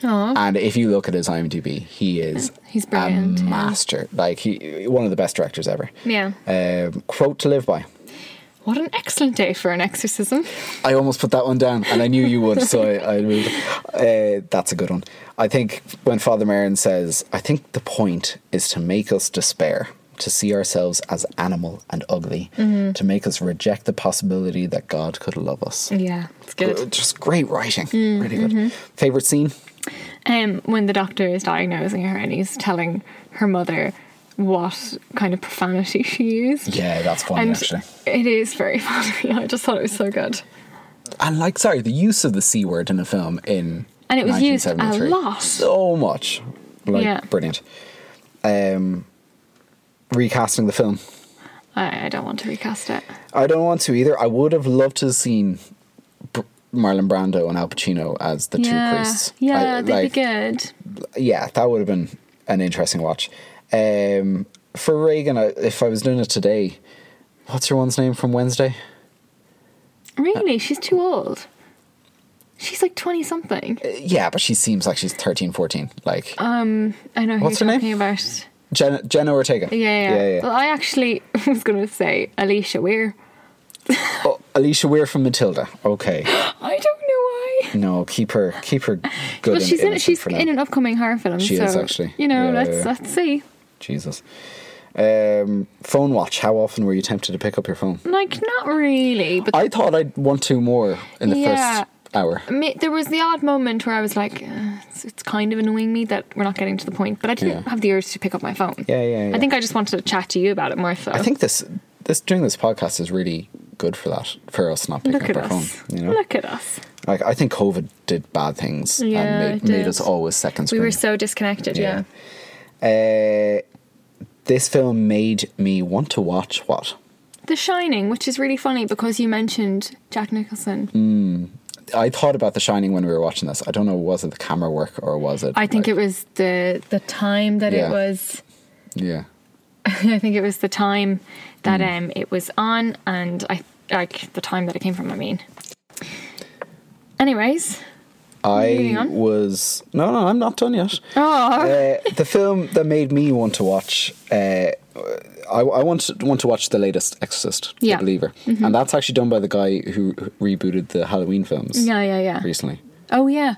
Speaker 2: Aw.
Speaker 1: And if you look at his IMDb, he is
Speaker 2: He's brilliant,
Speaker 1: a
Speaker 2: yeah.
Speaker 1: master. Like, he one of the best directors ever.
Speaker 2: Yeah.
Speaker 1: Um, quote to live by.
Speaker 2: What an excellent day for an exorcism.
Speaker 1: I almost put that one down, and I knew you would, so I, I moved. Uh, that's a good one. I think when Father Marin says, "I think the point is to make us despair, to see ourselves as animal and ugly,
Speaker 2: Mm-hmm.
Speaker 1: to make us reject the possibility that God could love us."
Speaker 2: Yeah, it's Mm, good. Mm, mm-hmm.
Speaker 1: Just great writing, really good. Favorite scene?
Speaker 2: Um, when the doctor is diagnosing her and he's telling her mother what kind of profanity she used.
Speaker 1: Yeah, that's funny
Speaker 2: And
Speaker 1: actually.
Speaker 2: it is very funny. I just thought it was so good.
Speaker 1: And like, sorry, the use of the c word in a film in
Speaker 2: And it was used a
Speaker 1: 1973.
Speaker 2: lot.
Speaker 1: so much, like
Speaker 2: Yeah.
Speaker 1: brilliant. Um, recasting the film.
Speaker 2: I, I don't want to recast it.
Speaker 1: I don't want to either. I would have loved to have seen Br- Marlon Brando and Al Pacino as the two
Speaker 2: yeah,
Speaker 1: priests.
Speaker 2: yeah,
Speaker 1: I-
Speaker 2: they'd
Speaker 1: like,
Speaker 2: be good.
Speaker 1: Yeah, that would have been an interesting watch. Um, for Reagan, I, if I was doing it today, what's your one's name from Wednesday? uh,
Speaker 2: Really, she's too old. She's like twenty something.
Speaker 1: Uh, Yeah, but she seems like she's 13, 14. Like
Speaker 2: Uh, I know who
Speaker 1: What's
Speaker 2: you're
Speaker 1: her name?
Speaker 2: talking about.
Speaker 1: Jenna, Jenna Ortega.
Speaker 2: Yeah, yeah.
Speaker 1: yeah.
Speaker 2: Well, I actually was going to say Alicia Weir.
Speaker 1: Oh, Alicia Weir from Matilda. Okay.
Speaker 2: I don't know why.
Speaker 1: No, keep her, keep her good.
Speaker 2: Well,
Speaker 1: and
Speaker 2: she's in
Speaker 1: innocent
Speaker 2: she's
Speaker 1: for now.
Speaker 2: in an upcoming horror film.
Speaker 1: She
Speaker 2: so,
Speaker 1: is, actually.
Speaker 2: You know,
Speaker 1: Yeah,
Speaker 2: let's
Speaker 1: yeah.
Speaker 2: let's see.
Speaker 1: Jesus. Um, phone watch. How often were you tempted to pick up your phone?
Speaker 2: Like not really, but
Speaker 1: I thought I'd want to more in the
Speaker 2: Yeah.
Speaker 1: first hour.
Speaker 2: me, there was the odd moment where I was like, uh, it's, it's kind of annoying me that we're not getting to the point. But I didn't
Speaker 1: Yeah.
Speaker 2: have the urge to pick up my phone.
Speaker 1: Yeah, yeah, yeah.
Speaker 2: I think I just wanted to chat to you about it more so.
Speaker 1: I think this this doing this podcast is really good for that for us not picking
Speaker 2: Look at
Speaker 1: up our
Speaker 2: us.
Speaker 1: phone. You know,
Speaker 2: Look at us.
Speaker 1: like I think COVID did bad things
Speaker 2: Yeah,
Speaker 1: and
Speaker 2: it
Speaker 1: made, made
Speaker 2: did.
Speaker 1: us always second
Speaker 2: We
Speaker 1: screen.
Speaker 2: were so disconnected. Yeah.
Speaker 1: Yeah. Uh, this film made me want to watch what
Speaker 2: The Shining, which is really funny because you mentioned Jack Nicholson.
Speaker 1: Mm. I thought about The Shining when we were watching this. I don't know, was it the camera work or was it?
Speaker 2: I think
Speaker 1: like-
Speaker 2: it was the the time that
Speaker 1: Yeah.
Speaker 2: it was.
Speaker 1: Yeah.
Speaker 2: I think it was the time that
Speaker 1: Mm.
Speaker 2: um it was on, and I like the time that it came from. I mean, anyways. Moving
Speaker 1: I
Speaker 2: on.
Speaker 1: was no, no, I'm not done yet.
Speaker 2: Oh,
Speaker 1: Uh, the film that made me want to watch, uh, I, I want to, want to watch the latest Exorcist,
Speaker 2: Yeah. Mm-hmm.
Speaker 1: The Believer, and that's actually done by the guy who rebooted the Halloween films.
Speaker 2: yeah, yeah, yeah.
Speaker 1: recently.
Speaker 2: Oh, yeah.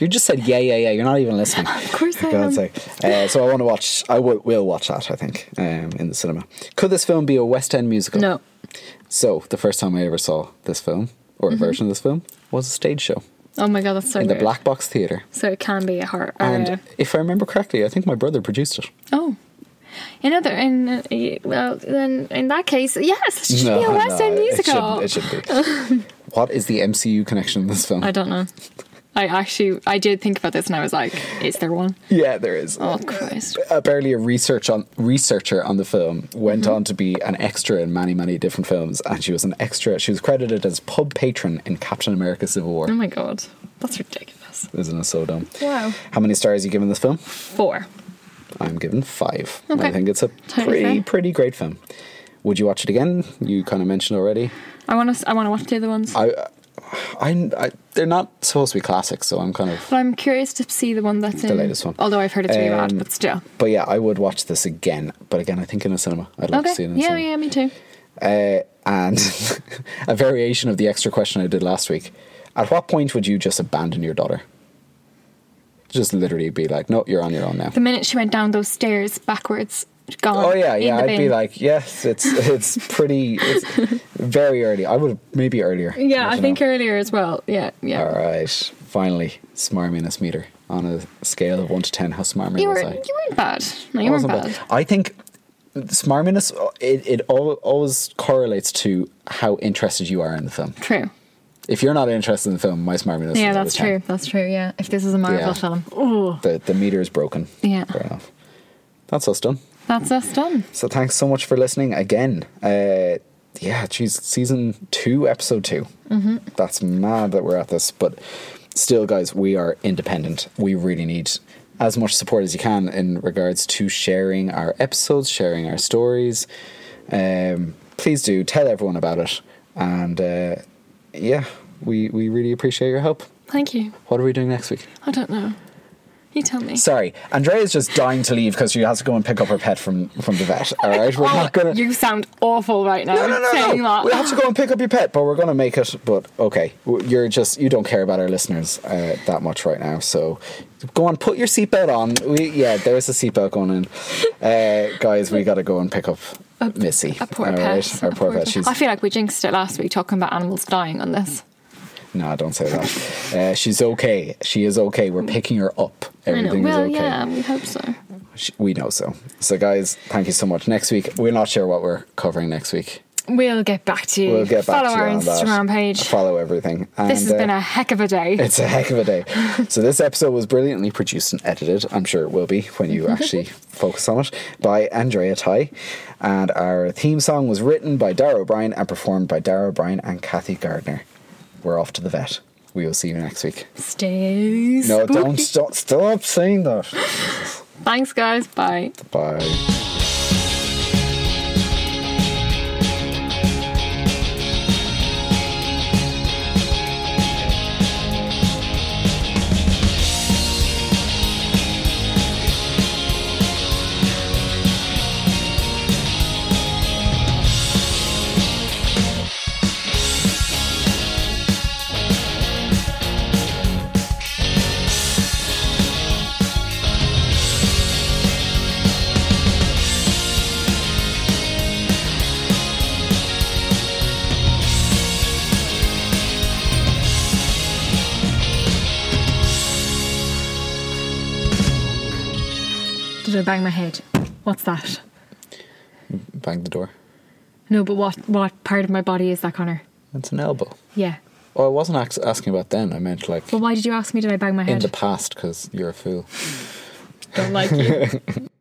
Speaker 1: You just said yeah, yeah, yeah. You're not even listening.
Speaker 2: Of course I
Speaker 1: For God's
Speaker 2: am.
Speaker 1: sake. Uh, so I want to watch. I w- will watch that. I think um, in the cinema. Could this film be a West End musical?
Speaker 2: No.
Speaker 1: So the first time I ever saw this film or a version of this film was a stage show
Speaker 2: Oh my god, that's so
Speaker 1: in the
Speaker 2: Mm-hmm. weird.
Speaker 1: Black Box Theatre.
Speaker 2: So it can be a uh, horror. or
Speaker 1: And
Speaker 2: a-
Speaker 1: if I remember correctly, I think my brother produced it.
Speaker 2: oh. In other, in uh, y- well, then in that case, yes, it should be a West End musical.
Speaker 1: It should, it should be. what is the MCU connection in this film?
Speaker 2: I don't know. I actually, I did think about this, and I was like, is there one?
Speaker 1: Yeah, there is.
Speaker 2: Oh Christ.
Speaker 1: Apparently, a research on researcher on the film went
Speaker 2: Mm-hmm.
Speaker 1: on to be an extra in many, many different films, and she was an extra. She was credited as pub patron in Captain America: Civil War.
Speaker 2: Oh my god, that's ridiculous.
Speaker 1: Isn't it so dumb?
Speaker 2: Wow.
Speaker 1: How many stars are you giving this film?
Speaker 2: Four.
Speaker 1: I'm giving five. I
Speaker 2: Okay.
Speaker 1: think it's a
Speaker 2: Totally
Speaker 1: pretty,
Speaker 2: fair.
Speaker 1: pretty great film. Would you watch it again? You kind of mentioned already.
Speaker 2: I want to. I want to watch the other ones.
Speaker 1: I, I, I, they're not supposed to be classics, so I'm kind of.
Speaker 2: but I'm curious to see the one that's
Speaker 1: The
Speaker 2: in.
Speaker 1: latest one.
Speaker 2: Although I've heard it's really
Speaker 1: Um,
Speaker 2: bad, but still.
Speaker 1: But yeah, I would watch this again. But again, I think in a cinema. I'd like to see
Speaker 2: Okay.
Speaker 1: it in a
Speaker 2: Yeah,
Speaker 1: cinema.
Speaker 2: yeah, me too.
Speaker 1: Uh, and a variation of the extra question I did last week. At what point would you just abandon your daughter? Just literally be like, no, you're on your own now.
Speaker 2: The minute she went down those stairs backwards, gone.
Speaker 1: Oh yeah,
Speaker 2: in
Speaker 1: yeah.
Speaker 2: the
Speaker 1: I'd be
Speaker 2: bin.
Speaker 1: like, yes, it's it's pretty, it's very early. I would maybe earlier.
Speaker 2: Yeah, I
Speaker 1: don't
Speaker 2: think
Speaker 1: know.
Speaker 2: earlier as well. Yeah, yeah.
Speaker 1: All right, finally, smarminess meter on a scale of one to ten. How smarmy
Speaker 2: You were
Speaker 1: was
Speaker 2: you
Speaker 1: I?
Speaker 2: weren't bad. No,
Speaker 1: I
Speaker 2: you weren't
Speaker 1: wasn't
Speaker 2: bad.
Speaker 1: bad. I think smarminess it it al- always correlates to how interested you are in the film.
Speaker 2: True.
Speaker 1: If you're not interested in the film, my smart minutes.
Speaker 2: Yeah,
Speaker 1: is out of
Speaker 2: that's
Speaker 1: 10.
Speaker 2: true. That's true. Yeah. If this was a Marvel
Speaker 1: Yeah.
Speaker 2: film, oh,
Speaker 1: The the meter is broken.
Speaker 2: Yeah.
Speaker 1: Fair enough. That's us done.
Speaker 2: that's us done.
Speaker 1: So thanks so much for listening again. Uh, yeah, geez, season two, episode 2 Mm-hmm. That's mad that we're at this, but still, guys, we are independent. We really need as much support as you can in regards to sharing our episodes, sharing our stories. Um, please do tell everyone about it, and uh, yeah, we we really appreciate your help.
Speaker 2: Thank you.
Speaker 1: What are we doing next week?
Speaker 2: I don't know. You tell me.
Speaker 1: Sorry, Andrea's just dying to leave because she has to go and pick up her pet from from the vet. All right, we're
Speaker 2: Oh,
Speaker 1: not gonna.
Speaker 2: You sound awful right now.
Speaker 1: No, no, no,
Speaker 2: saying
Speaker 1: no.
Speaker 2: that.
Speaker 1: We have to go and pick up your pet, but we're going to make it. But okay, W- you're just you don't care about our listeners uh, that much right now. So go on, put your seatbelt on. We, yeah, there is a seatbelt going in, uh, guys. We got to go and pick up Missy.
Speaker 2: A poor
Speaker 1: all
Speaker 2: pet.
Speaker 1: right? our
Speaker 2: A
Speaker 1: poor
Speaker 2: poor
Speaker 1: pet. She's
Speaker 2: I feel like we jinxed it last week talking about animals dying on this.
Speaker 1: no, don't say that. Uh, she's okay. She is okay. We're picking her up.
Speaker 2: I know.
Speaker 1: Everything
Speaker 2: Well,
Speaker 1: is okay.
Speaker 2: yeah, we hope so.
Speaker 1: Sh- We know so. So, guys, thank you so much. Next week, we're not sure what we're covering next week.
Speaker 2: We'll get back to you.
Speaker 1: We'll get back
Speaker 2: Mm. Follow
Speaker 1: to you
Speaker 2: our
Speaker 1: on that.
Speaker 2: Instagram page.
Speaker 1: Follow everything. And,
Speaker 2: this has
Speaker 1: uh,
Speaker 2: been a heck of a day.
Speaker 1: It's a heck of a day. So this episode was brilliantly produced and edited. I'm sure it will be when you actually focus on it by Andrea Tai, and our theme song was written by Dara O'Brien and performed by Dara O'Brien and Kathy Gardner. We're off to the vet. We will see you next week.
Speaker 2: Stay
Speaker 1: No,
Speaker 2: spooky.
Speaker 1: don't stop. Stop saying that.
Speaker 2: Thanks, guys. Bye.
Speaker 1: Bye.
Speaker 2: Did I bang my head? What's that?
Speaker 1: Bang the door.
Speaker 2: No, but what what part of my body is that, Connor?
Speaker 1: That's an elbow.
Speaker 2: Yeah.
Speaker 1: Oh, I wasn't ax- asking about then. I meant like
Speaker 2: Well, why did you ask me? Did I bang Oh my
Speaker 1: in
Speaker 2: head?
Speaker 1: the past because you're a fool.
Speaker 2: Don't like you.